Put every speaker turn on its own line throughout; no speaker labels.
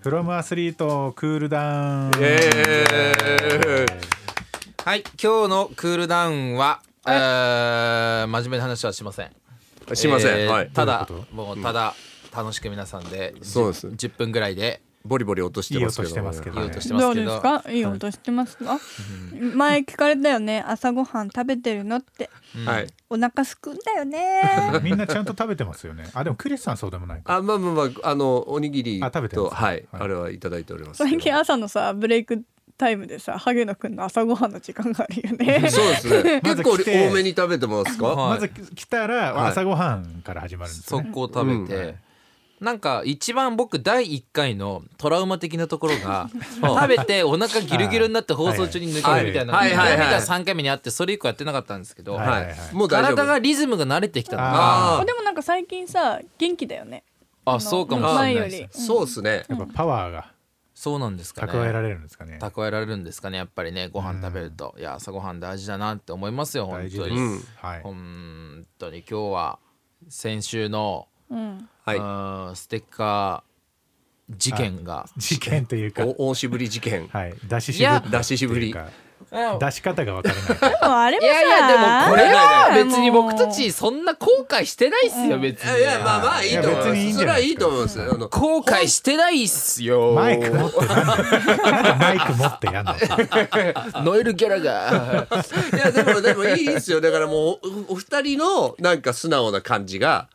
フロムアスリートクールダウン。
えー、はい今日のクールダウンは、えー、真面目な話はしません
すいません、
えー
はい
ただもうただ楽しく皆さんで
そうです
10分ぐらいで
ボリボリ落としてますけ
いい音
ど
してますけ
いい
ど
音してま
ど
す
う
け
で
ど
すかいい音してますか前聞かれたよね朝ごはん食べてるのって
はい
お腹すくんだ よね
みんなちゃんと食べてますよね。あ、でもクリスさんそうでもないか。
あまあまあまああのおにぎり
あ食べて
と
ます
はい、
はい
あれはいただいておりますけど
最近朝のさブレイクタイムでさ萩野くんの朝ごはんの時間がある よね
そうですね
ま
結
ず
構
来て
多めに食べてますか、
は
ま
い
ず来たら
はい
朝ごはんから始まるんですね。
速攻食べて、なんか一番僕第1回のトラウマ的なところが食べてお腹ギルギルになって放送中に抜けるみたいな
は
痛
い
み
はいはい
が3回目にあってそれ以降やってなかったんですけど、
はい
はい、もう大丈夫
体がリズムが慣れてきたの
あ
か
あでもなんか最近さ元気だよね
あ
の
そうかもしれない
前よ
で
り
す
そうですね、
やっぱパワーが
そうなんですかね
蓄えられるんですかね。
蓄えられるんですかねやっぱりねご飯食べると、いや朝ごはん大事だなって思いますよ本
大事
当
で
に、
うん
す。はい。
本当に今日は先週の、
うん
はい
うんステッカー事件が、
事件というか、
お大しぶり事件
はい。出しし
いや
ぶり。
出ししぶり
というか
うん
出し方がわから ない。
でもあれも
い
さ
やいやでもこれは
もう
別に僕たちそんな後悔してないっすよ別
いや
に
いやまあまあいいと思い
い
ます
や別にいいん
そ
じゃ
れ
な
はい
で
いい
すか
と思いますあの
後悔してないっすよ
マイク持ってなんのマイク持って やんの。
ノエルギャラが
いやでもでもいいですよだからもうおお二人のなんか素直な感じが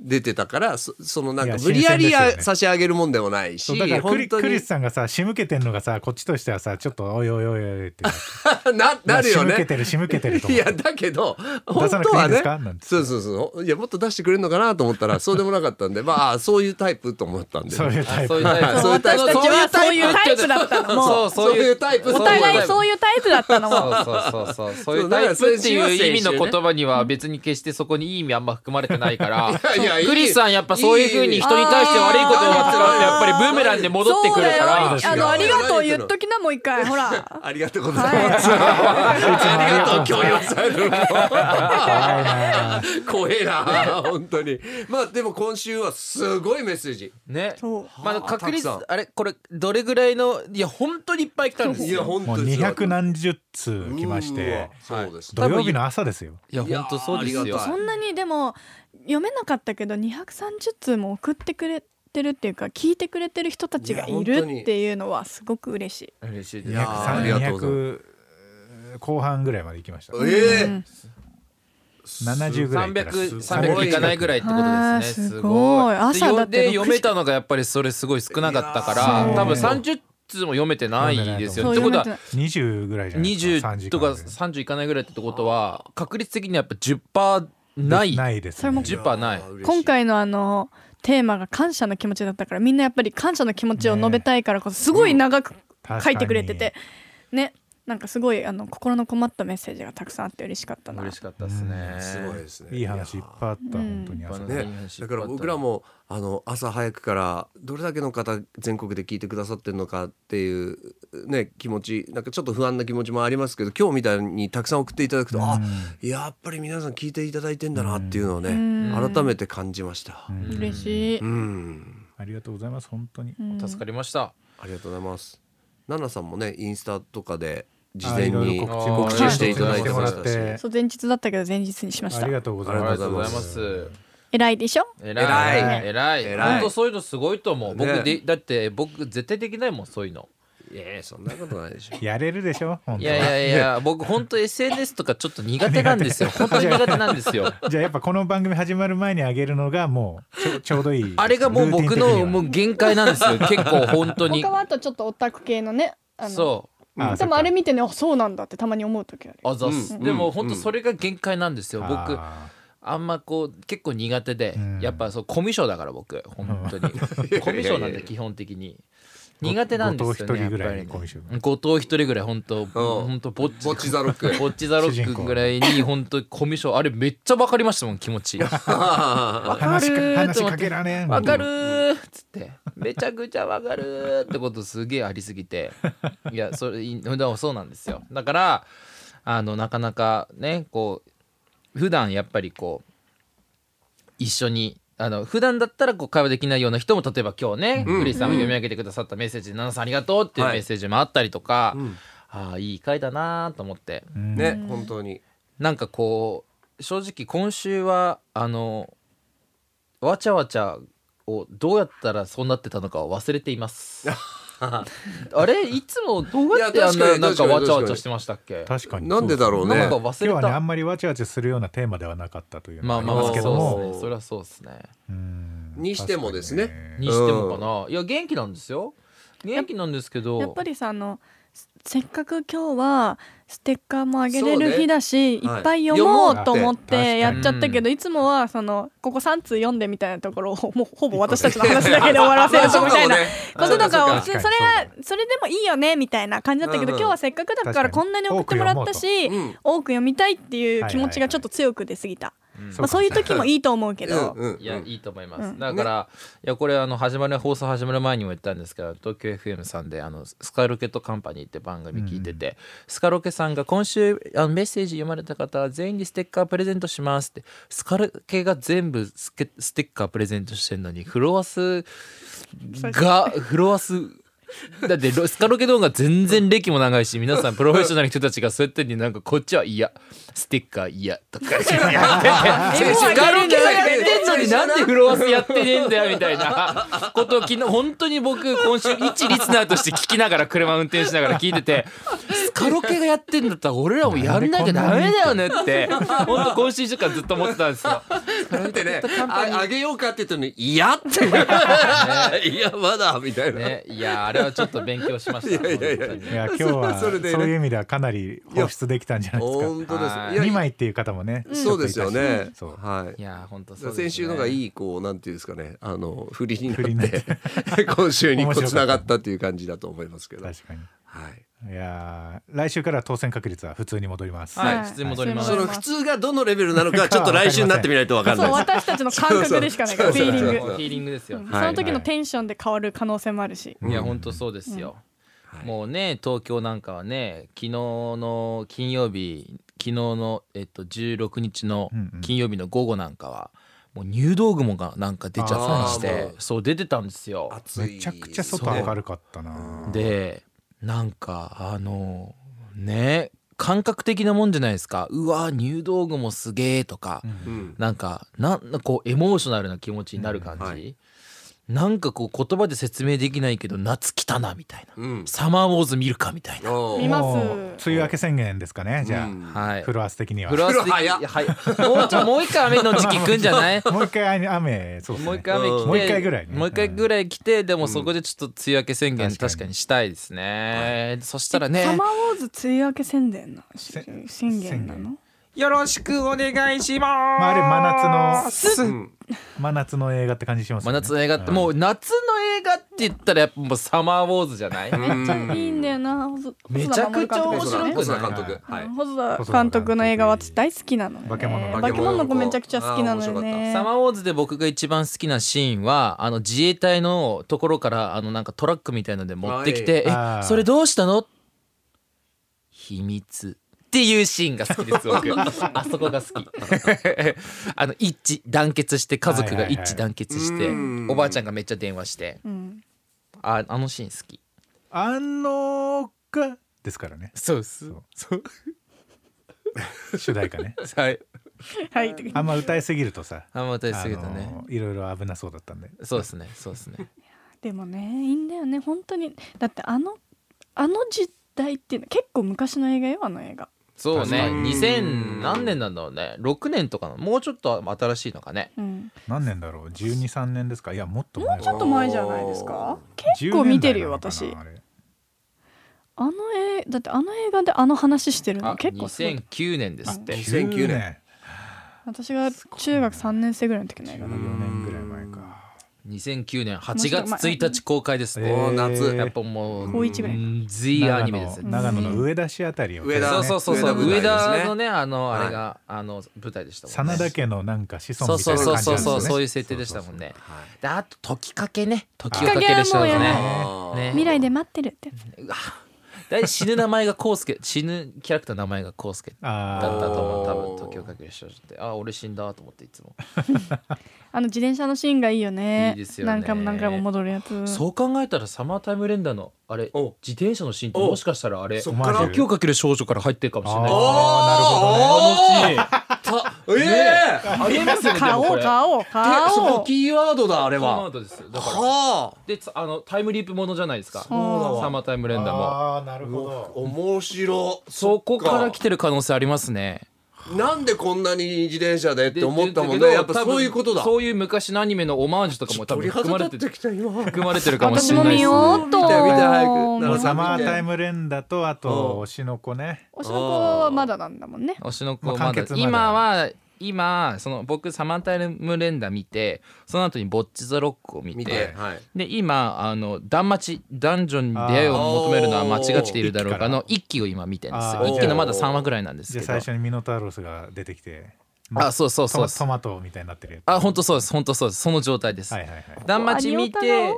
出てたからそそのなん
い
か
や
無理やり
新鮮ですよ
や
ね
差し上げるもんでもないし
そうだからク
本
リ
当
ク
に
リスさんがさ仕向けてんのがさこっちとしてはさちょっとおいおいおいおいって
ななるよ
仕向け
ね
てる仕向けてると
い
思って
やだけど
出
本
さなくていい
当は
んで
ね
すかなんて
そうそうそういやもっと出してくれるのかなと思ったらそうでもなかったんでまあそういうタイプと思ったんで
そういうタイ
そう
プ
いうタイプ
そういうタイプ
私たちはそういうタイプだったのも
そ
う
タイプ
うそういう
お互いそう
いう
いうタイプだったのも
そうそうそうそうそうい
そううだか
タ
ら
イプって
それ
いう意味
中世宗
の
ね
言葉には別に決してそこにいい意味あんま含まれてないから
いやいやいい
クリスさんやっぱそういうふうに人に対して悪いことをやってたらやっぱりブーメランで戻ってくるか
そ
ら
うだよあのありがとう言っときなもう一回ほら
ありがとうございます、ありがとう強要されるの
怖いな
怖えな本当にまあでも今週はすごいメッセージ
ね
そう
まあ確率
たくさ
あれこれどれぐらいのいや本当にいっぱい来たんです
いや
よ
本
も
当
う
に
200何十通来まして
うわそうですね
土曜日の朝ですよ
いや本当そうです
いや
よ
ありがたい
そんなにでも読めなかったけど230通も送ってくれてるっていうか聞いてくれてる人たちがい
いや
る
本当に
っていうのはすごく嬉しい。
嬉しい
いや
です
ありがとうござい
230後半ぐらいまで行きました
ええ
うん70ぐらい
三
行ったら
百
す
三
300
百いかないぐらいってこと
あー
ですね。
すごい
す
朝
ご
だ
い
っ
で
て
よで読めたのがやっぱりそれすごい少なかったか
い
ら、
やー
多分三十通も読めてないですよ。
そ
っ
う
て
読
ことは
めてない
20ぐらいじゃない
二
で
十
すか3時
と
間
か三十いかないぐらいってことは確率的にやっぱ十パーな。
ないいです
それも
10%ない
今回のあのテーマが感謝の気持ちだったからみんなやっぱり感謝の気持ちを述べたいからこそすごい長く書いてくれててねなんかすごいあの心の困ったメッセージがたくさんあって嬉しかったな。
嬉しかったですね。
すごいですね
いい話いっぱいあった本当に朝
いや
ね
ー、
だから僕らもあの朝早くからどれだけの方全国で聞いてくださってるのかっていうね気持ちなんかちょっと不安な気持ちもありますけど今日みたいにたくさん送っていただくと、あやっぱり皆さん聞いていただいてんだなっていうのをね、
うん
改めて感じました。うん
嬉しい。
ありがとうございます本当に
うん
助かりました。
ありがとうございます。ナナさんもねインスタとかで事
あ
前
いろい
に
ろ
告
告
知も
知していただいてまし
は
た
告知して
し
も。らって
そう前日だったけど前日にしまし
あ
た
り。がとうご
あ
ざい
りが
ます
とうございます。
偉いでしょ？
偉い
偉
い偉い
偉い
本当そういうのすごいと思う僕
ね
でだって僕絶対できないもんそういうの
いやいやそんなことないでしょ。
やれるでしょ本
い
当
やい
は
やいや僕本当 SNS とかちょっと苦手なんですよ本当に苦手なんですよ
じゃあやっぱこの番組始まる前にあげるのがもうちょちょうどいい
あれがもう僕のも
う
う限界なんですよ結構本当に
他はあとちょっとオタク系のね。あの
そ
あ
でもあれ見てねあそうなんだってたまに思う時ある
うあざっす、
うん
でも本当それが限界なんですよ、僕
あ
あんまこう結構苦手で、
ん
やっぱそうコミュ障だから僕本当に コミュ障なんで基本的に苦手なんですよ
後藤一
ね
人ぐらい
やっぱりね
コミュ障
後藤一人ぐらい本当本当ぼっち
ぼっちザロッ ク
ぼっちザロッ
主人
ク
公
ぐらいに本当コミュ障あれめっちゃ分かりましたもん気持ちわ
ー話し
か
か
るー
話しかけられん
分かるーっつってめちゃくちゃ分かるーってことすげえありす ぎていやそれい普段はそうなんですよだからあのなかなかねこう普段やっぱりこう一緒にあの普段だったらこう会話できないような人も例えば今日ね、
うん
クリスさんが読み上げてくださったメッセージで「ナナさんありがとう」っていう
はい
メッセージもあったりと か、
うん
ああいい回だなと思って
うん
ね、本当に
なんかこう正直今週はあのわちゃわちゃをどうやったらそうなってたのかは忘れています。あれいつもどうやって
いや
あん
確か
な
に
なんか
確かに
わちゃわちゃしてましたっけ
確かに
なんでだろうね
なんか
今
忘
日
れ
は
た、
ねあんまりわちゃわちゃするようなテーマではなかったというの
ま
もありま
あまあまあ
すけど
そうで
も
すねそれはそうですね
うん
にしてもですね
確かに
にしてもかな、いや元気なんですよ元気なんですけど
やっぱりさあのせせっかく今日はステッカーもあげれ
そう
る
ね
日だし、
はい
いっぱい読も
読もうって
うと思っ
確か
て
に
やっちゃったけど、いつもはそのここ3通読んでみたいなところをもうほぼ私たちの話だけで終わらせるみた いなこととか
そう
をそれ
か
は
そうか
それでもいいよねみたいな感じだったけど、
うんうん
今日はせっかくだか
確か
らこ
に
んなに送ってもらったし
多く読もうと
多く読みたいっていう気持ちがちょっと強く出過ぎた、
うん
そ
まあ、そういう時もいいと思うけど、
いや、いいと思います。
うん
だから、いや、これ、あの、始まる、放送始まる前にも言ったんですけど、東京 FM さんで、あの、スカロケットカンパニーって番組聞いてて、スカロケさんが今週、あのメッセージ読まれた方、全員にステッカープレゼントしますって、スカロケが全部スケステッカープレゼントしてるのに、フロアスが、フロアス、 だってロスカロケ動画全然歴も長いし皆 さんプロフェッショナルの人たちがそうやってになんかこっちは嫌ステッカー嫌 とかや っててスカロケがやってんのになんでフロアスやってねえんだよみたいなことを昨日本当に僕今週一リスナーとして聞きながら車運転しながら聞いててスカロケがやってんだったら俺らもやんなきゃダメだよねって本当今週一週間ずっと思ってたんですよ。
だってねああげようかって言ったのに「いや」って「いやまだ」みたいな、
ね、いやあれはちょっと勉強しました。
いやいやいや
本当に
いや今日は
そ
そう
れでね
いう意味ではかなり放出できたんじゃないです
本当です
はいい
や
か2枚っていう方もねちょ
そ
っ
う
とい
です
た
よ
し
ね
そう
はい
いや本当そうですね
先週のがいいこうなんていうんですかねあの振りになって 今週にこ
面白かった
うつながったっていう感じだと思いますけど、はい、
確かにいやー来週からは当選確率は普通に戻ります
はい
はい
普通に戻ります
その普通がどのレベルなのかちょっと来週になってみないと分かん
そう
ない
私たちの感覚でしかないから
そ
フ
うそう
ィ
そう
ーリング
そう
ヒーリングですよ。
その時のテンションで変わる可能性もあるし、
いや本当そうですよ。もうね東京なんかはね昨日の金曜日昨日のえっと16日の
うんうん
金曜日の午後なんかはもう入道雲がなんか出ちゃったりし
あーも
て
う
そう出てたんですよ。
です
めちゃくちゃ外明るかったな
でなんかあのね感覚的なもんじゃないですかうわ入道雲すげえとか、
うん
なんかなんこうエモーショナルな気持ちになる感じ、
うんはい
なんかこう言葉で説明できないけど夏来たなみたいな、
うん
サマーウォーズ見るかみたいな、
おー
見ます
もう梅雨明け宣言ですかねじゃ
うん
は
あ
い
フロアス的には
フロアス的
風呂早っ
はいもうちょもう一回雨の時期来んじゃない
もう一回雨そうですね
もう一回雨来て
もう一回ぐらいね
もう一回ぐらい来てでもそこでちょっと梅雨明け宣言
うん
確かにしたいですね、そしたら
サ
ね
マーウォーズ梅雨明け宣伝な宣言な
宣
の
よろしくお願いしま
まあ、あれ真
す
夏
う
の
ん
真夏の映画って感じします
真
よね
夏の映画ってもう夏の映画って言ったらやっぱもうサマーウォーズじゃない
めっちゃいいんだよなほず
めちゃくちゃ面白く
細田
ない
監督はい
細田監督の映画は私大好きなのね
化け物の子
化け物の子めちゃくちゃ好きなのよね
サマーウォーズで僕が一番好きなシーンはあの自衛隊のところからあのなんかトラックみたいので持ってき
は
て「
いあ
え
ー
それどうしたの?」秘密っていうシーンが好きです僕あそこが好き あの一致団結して家族が一致団結して、
はいはいはいうん
おばあちゃんがめっちゃ電話して
うん
ああのシーン好き
あのがですからね
そうですそう
主題歌ね
はい
はい
あんま歌いすぎるとさ
あんま歌いすぎたね、
あのいろいろ危なそうだったんで
そうですねそうですね
でもねいいんだよね本当にだってあのあの時代っていうの結構昔の映画よあの映画
そうね
確か
に
2000何年なんだろうね6年とかのもうちょっと新しいのかね
うん
何年だろう123年ですかいやもっと前
ちょっと前じゃないですか結
10
構見てるよ
年代なのか
私
なあれ
あの映だってあの映画であの話してるの
あ
結構すごい
2009年ですって
2009年
私が中学3年生ぐらいの時の映画だ
14年ぐらい前か
2009年8月1日公開です
え
ね
ー
お夏
やっぱもう
高一ぐらい
い
か
アニメです
長野
ね
長野の上田市あたりを
上田
そうそうそうそう
上
上
田
田のねあのあれがあの舞台でしたもんね
真田家のなんか子
そ
孫
う
みた
そ
いうな
そう
感じ
そ
なん
う
ですよ
そう
ね
そういう設定でしたもんねであと時かけね時を
を
か
か
け
け
る
る
人
人ですね
ね
ね
未来で待ってるってやつ
大体死ぬ名前がコウスケ死ぬキャラクターの名前がコウスケだった
あ
と思う多分
おー
時をかける人ってあ俺死んだと思っていつも
あの自転車のシーンがいいよね
いいですよね
何回も何回も戻るやつ
そう考えたらサマータイム連打のあれ
お
自転車のシーンって
お
もしかしたらあれ
そ
っ
魔
から
球をかける少女から入ってるかもしれないですね
あ
あのシーン
ええ
ありえますよねで
買
も
お
こ
う
れ
買おう買
えそ
お
こ
う
キーワードだあれ
この
は
後ですよだから
はあ
でつあのタイムリープものじゃないですかサ
うだわ
マータイム連打も
あーなるほど
面白
そこから来
て
てる可能性ありますね
なんでこんなに自転車でっ
で
て思ったもん
で
ね
で
やっぱ
多分
そういうことだ
そういう昔のアニメのオマージュとかも多
鳥
分含ま
肌立
れて
って
て
きた今
含まれてるかもし
私
れ
も
ないで
見
す
ようと
見て見て早くな
も
ん
う
か
サマータイム連打とあ
うん
と推しの子ね
おしの子はまだなんだもんね
推しの子ま
まあ完
だ
結まで
今は今その僕サマータイム連打見てその後にボッチ・ザ・ロックを見て
見てはい
で今あの断末ダンジョンに出会いを求めるのは間違っているだろうかの一期を今見てるんですよ
あー
一期のまだ3話ぐらいなんです
じ
け
ゃあ
ど
最初にミノタウロスが出てきて
あそうそうそう
トマトマトみたいになってるやつ
あ本当そうです本当そうですその状態です
はいはいはい
断末見て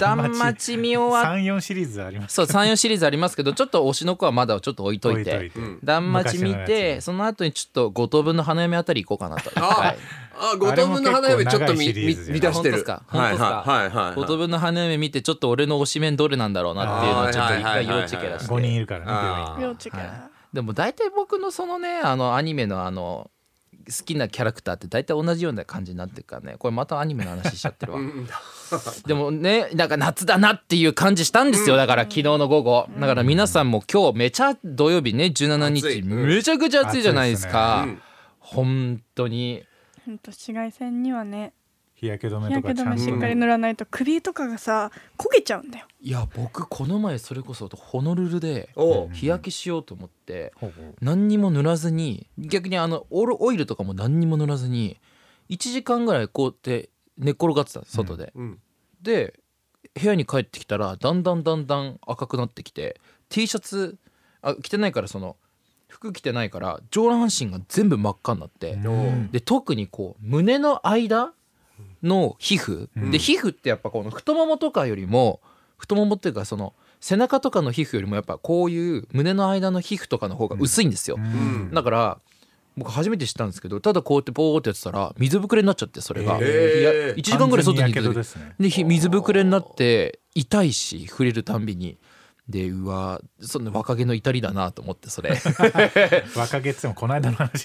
断末見終わっ
三四シリーズあります
そう34シリーズありますけどちょっと推しの子はまだちょっと置いと
置
い
い
て
といて
断末見
昔の
て
やつ
その後にちょっと五等分の花嫁あたり行こうかなと
あ
はい
あ五等分の花嫁ちょっと見
あれも結構長いシリーズじゃない
見出してる
本当っすか本当っすか
はいはいはい
五
は
等
い
分の花嫁見てちょっと俺の推しメンどれなんだろうなっていうのをちょっと一回要チェケラし
五人い
て
るからね
あ
幼稚から
でも大体僕のそのねあのアニメのあの好きなキャラクターって大体同じような感じになってるからねこれまたアニメの話しちゃってるわでもねなんか夏だなっていう感じしたんですよだから昨日の午後だから皆さんも今日めちゃ土曜日ね17
暑い
日
うん
めちゃくちゃ暑いじゃないですか
暑いですね
本当に
ほんと紫外線にはね
日焼け止
日
めと
焼け
かち
止
ゃん
め
と
しっかり塗らないと首とかがさ焦げちゃうんだよ
いや僕この前それこそホノルルで
おう
日焼けしようと思って
ほぼ
何にも塗らずに逆にあのオールオイルとかも何にも塗らずに1時間ぐらいこうやって寝っ転がってたの外で、
うん
で部屋に帰ってきたらだんだんだんだん赤くなってきて T シャツあ着てないからその服着てないから上半身が全部真っ赤になって、
うん
で特にこう胸の間の皮膚、で皮膚ってやっぱこの太ももとかよりも太ももっていうかその背中とかの皮膚よりもやっぱこういう胸の間の皮膚とかの方が薄いんですよ、
うん
だから僕初めて知ったんですけどただこうやってポーってやってたら水ぶくれになっちゃってそれが、
えー
1時間ぐらい外にい
完全に火傷で
て
すね
でひ水ぶくれになって痛いし触れるたんびにでうわその若気の至りだなと思ってそれ
若気っつってもこの間の話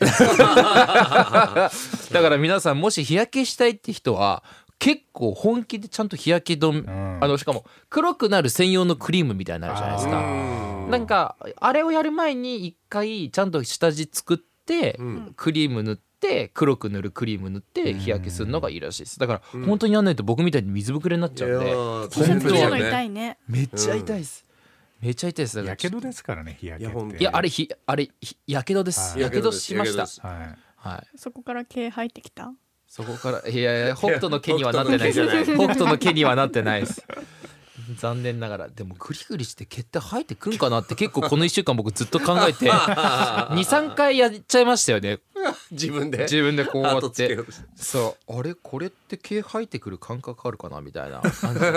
だから皆さんもし日焼けしたいって人は結構本気でちゃんと日焼け止め、
ん
あのしかも黒くなる専用のクリームみたいなのあるじゃないですか。
うん
なんかあれをやる前に一回ちゃんと下地作って、
ん
クリーム塗って黒く塗るクリーム塗って日焼けするのがいいらしいですだから、本当にやんないと僕みたいに水ぶくれになっちゃうん
い
で
やー
T シャツ着る
本当
の
に
痛いね
めっちゃ痛いです、めっちゃ痛いですだから
やけどですからね日焼け
いやほん
っ
と
て
いやあれひあれひやけどです
はい
やけどしました
やけどです
はい
はい
そこから毛入ってきた
そこからいやいや北斗の毛にはなってないです
いや北斗の毛じゃ
北斗の毛にはなってないです残念ながらでもグリグリして毛って生えてくんかなって結構この1週間僕ずっと考 えて23回やっちゃいましたよね
自分で
自分でこうや
後
っ
つけ
て
ようとして
そうあれこれって毛生えてくる感覚あるかなみたいな感じに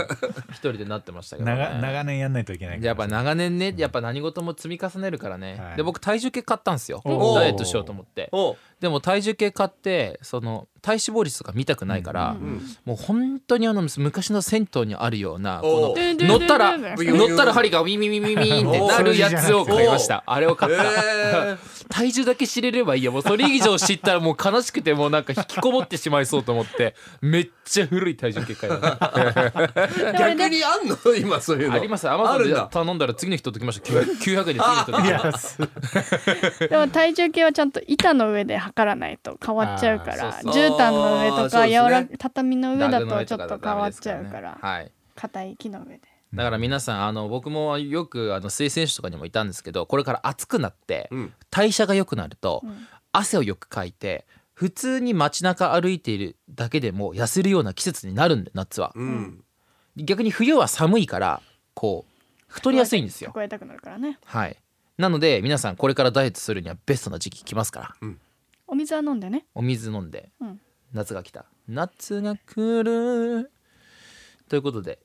一人でなってましたけど、ね、
長長年やんないといけないから
やっぱ長年ねやっぱ何事も積み重ねるからね、
はい
で僕体重計買ったんですよ
おー
ダイエットしようと思って
おう
でも体重計買ってその体脂肪率とか見たくないから、もう本当にあの昔の銭湯にあるような
おう
この乗った ら
ブ
ヨブヨ
乗ったら針がウィンウィンウィンウィンってなるやつを買いましたあれを買
え
った、
ー
体重だけ知れればいいやもうそれ以上知ったらもう悲しくてもうなんか引きこもってしまいそうと思ってめっちゃ古い体重計買い ました
逆にあんの今そういうの
ありますア
あ
マゾン
るん
で
だ
頼んだら次の人ときました900円で次の人と来ま
い
した
やす
でも体重計はちゃんと板の上で測らないと変わっちゃうか
あ
ら
ー
そうそう
絨毯の
あーそ
上と
う
か
ですね
柔ら畳の上だ
ダグの
と
上
ちょ
と
っ
か
と
だと
変わっちゃ
ダ
う
メですか
か
らね
ら
はい
硬い木の上で
だから皆さんあの僕もよくあの水選手とかにもいたんですけどこれから暑くなって
うん
代謝が良くなると汗をよくかいて普通に街中歩いているだけでも痩せるような季節になるんで夏は
うん
逆に冬は寒いからこう太りやすいんですよ
聞こえたくなるからね
はいなので皆さんこれからダイエットするにはベストな時期来ますから
お水は飲んでね
お水飲んで
うん
夏が来た夏が来るということで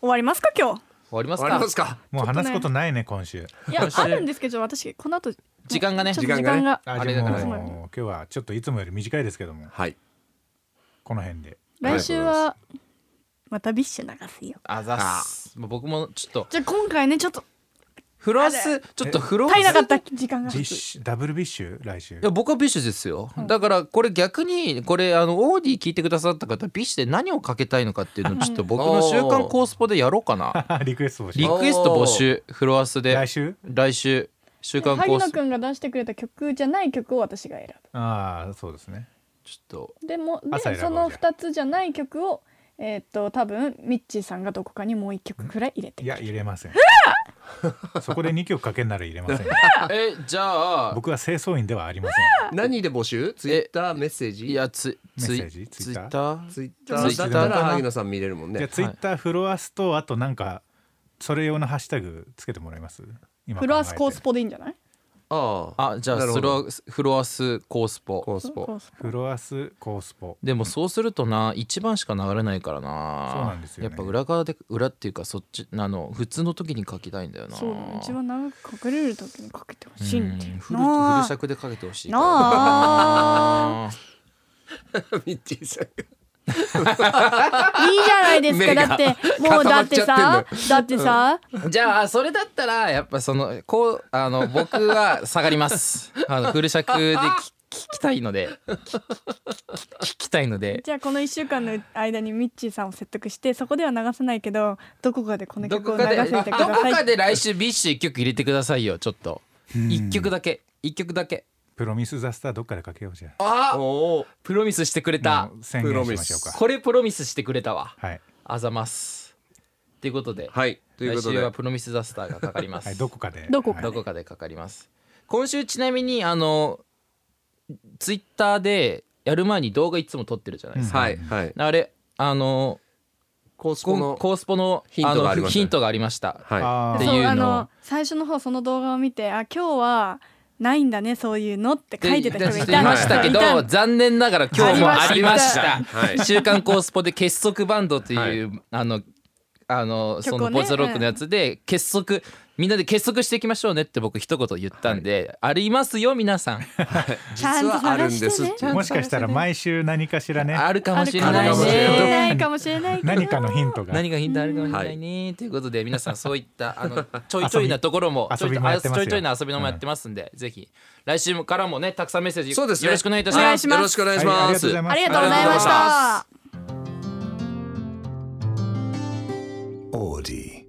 終わりますか今日
終わります
あり
か
ますか
もう話すことないね今週
いやあるんですけど私この後
時間がね
ちょっと
時
時
間
間が
あ
あ
じ
れ
ゃ
だ
あ
か
も
ら
う
ね
今日はちょっといつもより短いですけども
はい
この辺で
来週はまたビッシュ流すよ
あざっすもう僕もちょっと
じゃあ今回ねちょっと
フロスちょっとフロス
足りなかった時間が
ビッシュダブルビッシュ来週
いや僕はビッシュですよ、だからこれ逆にこれあのオーディ聞いてくださった方ビッシュで何をかけたいのかっていうのをちょっと僕の「週刊コースポ」でやろうかな
リクエスト募
リ
集
クエスト募集フロアスで
来週
来週週刊コ
萩
ース
野くんが出してくれた曲じゃない曲を私が選
ああそうですね
ちょっと
ぶでも
朝
で
選ぼ
そうの2つじゃない曲をえーっと多分ミッチーさんがどこかにもう1曲くらい入れて
いや入れませんそこで2曲かけんなら入れません
えじゃあ
僕は清掃員ではありま
何で募集ツイッターメッセージ
いやツイツ
メッセー
イ
ジ
ツ
ツ
イ
イ
ッ
ッ
ター
ツイッタ
ツイッ
ー
タ
だ
ー
ったら萩野さん見れるもん
せんじゃあ
ね
ツイッターフロアスとあとなんかそれ用のハッシュタグつけてもらえます今
フロアスコース
ポ
ポでいいんじゃない
ああ
あじゃあ
なる
フ
ほど
ロアスフロアスコース
コ
ポ
ースポ
コースポ
フロアスコースポ
でもそうするとな一番しか流れないからな
そうなんですよね
やっぱ裏側で裏っていうかそっちあの普通の時に書きたいんだよな
そうだね一番長くかけれる時にかけてほしいんだよ
うんフルフル
なあ
尺でかけてほしいから
なあ
ミッチーさんが
いいじゃないですか
目が
だってもう
固ま
だ
っ
っ
ち
て
ゃってんだよ
さだってさ
じゃあそれだったらやっぱそのこうあの僕は下がりますあのフル尺でき聞きたいので聞き聞きたいので
じゃあこの1週間の間にミッチーさんを説得してそこでは流せないけどどこかでこの
どこ
曲を流
かで
せ
ど
て
こ
ください
かで来週ビッシュ一曲入れてくださいよちょっと一曲だけ一曲だけ
プロミス・ザ・スターどっかでかけようじゃ
あ
おお
プロミスしてくれ
あ
た
もう宣言しましょうか
これプロミスしてくれたわ
はい、
あざますということで、
はいというこ
来
と
週
で
はプロミスザスターがかかります、
はい、どこかで
どこか
は
どこかでかかります。今週ちなみにあのツイッターでやる前に動画いつも撮ってるじゃないですか。
はいはい
あれあの
コース
こ
ポ
ん
の
コースポの
ヒントがありま
の
したね
ヒントがありました。
い
は
あ
って
ー
いう
そう
の
あの最初の方その動画を見てあ今日はないんだねそういうのって書いてた人がい
言
た
いましたけど
いた
残念ながら今日もありました
ありましたはい
週刊コースポで結束バンドという、あのあのそ
曲
の
をね
ボイスロックのやつで結束、みんなで結束していきましょうねって僕一言言ったんで、ありますよ皆さん、
い
ちゃん
実
と
はあるんです
探してね
もしかしたら毎週何かしらね
あるかも
ある
しれ
か
ない
もしれ
ね。
ないかもしれないけど
何かのヒントが
何がヒントあるかもしれないね、ということで皆さんそういったあのちょいちょい
遊
な
び
ところもち
遊
ょ
び
いち
も
ょ
や
い
って
ち
ます
ょ
よ
いちょいな遊びのもやってますんで、ぜひ来週もからもねたくさんメッセージ
そうですね
よろしくお願いいたし
お願
ま
い
す
します
よろしくお願いし
はいあり
ま
が
す、
とうございます
ありがとうございました
オーディ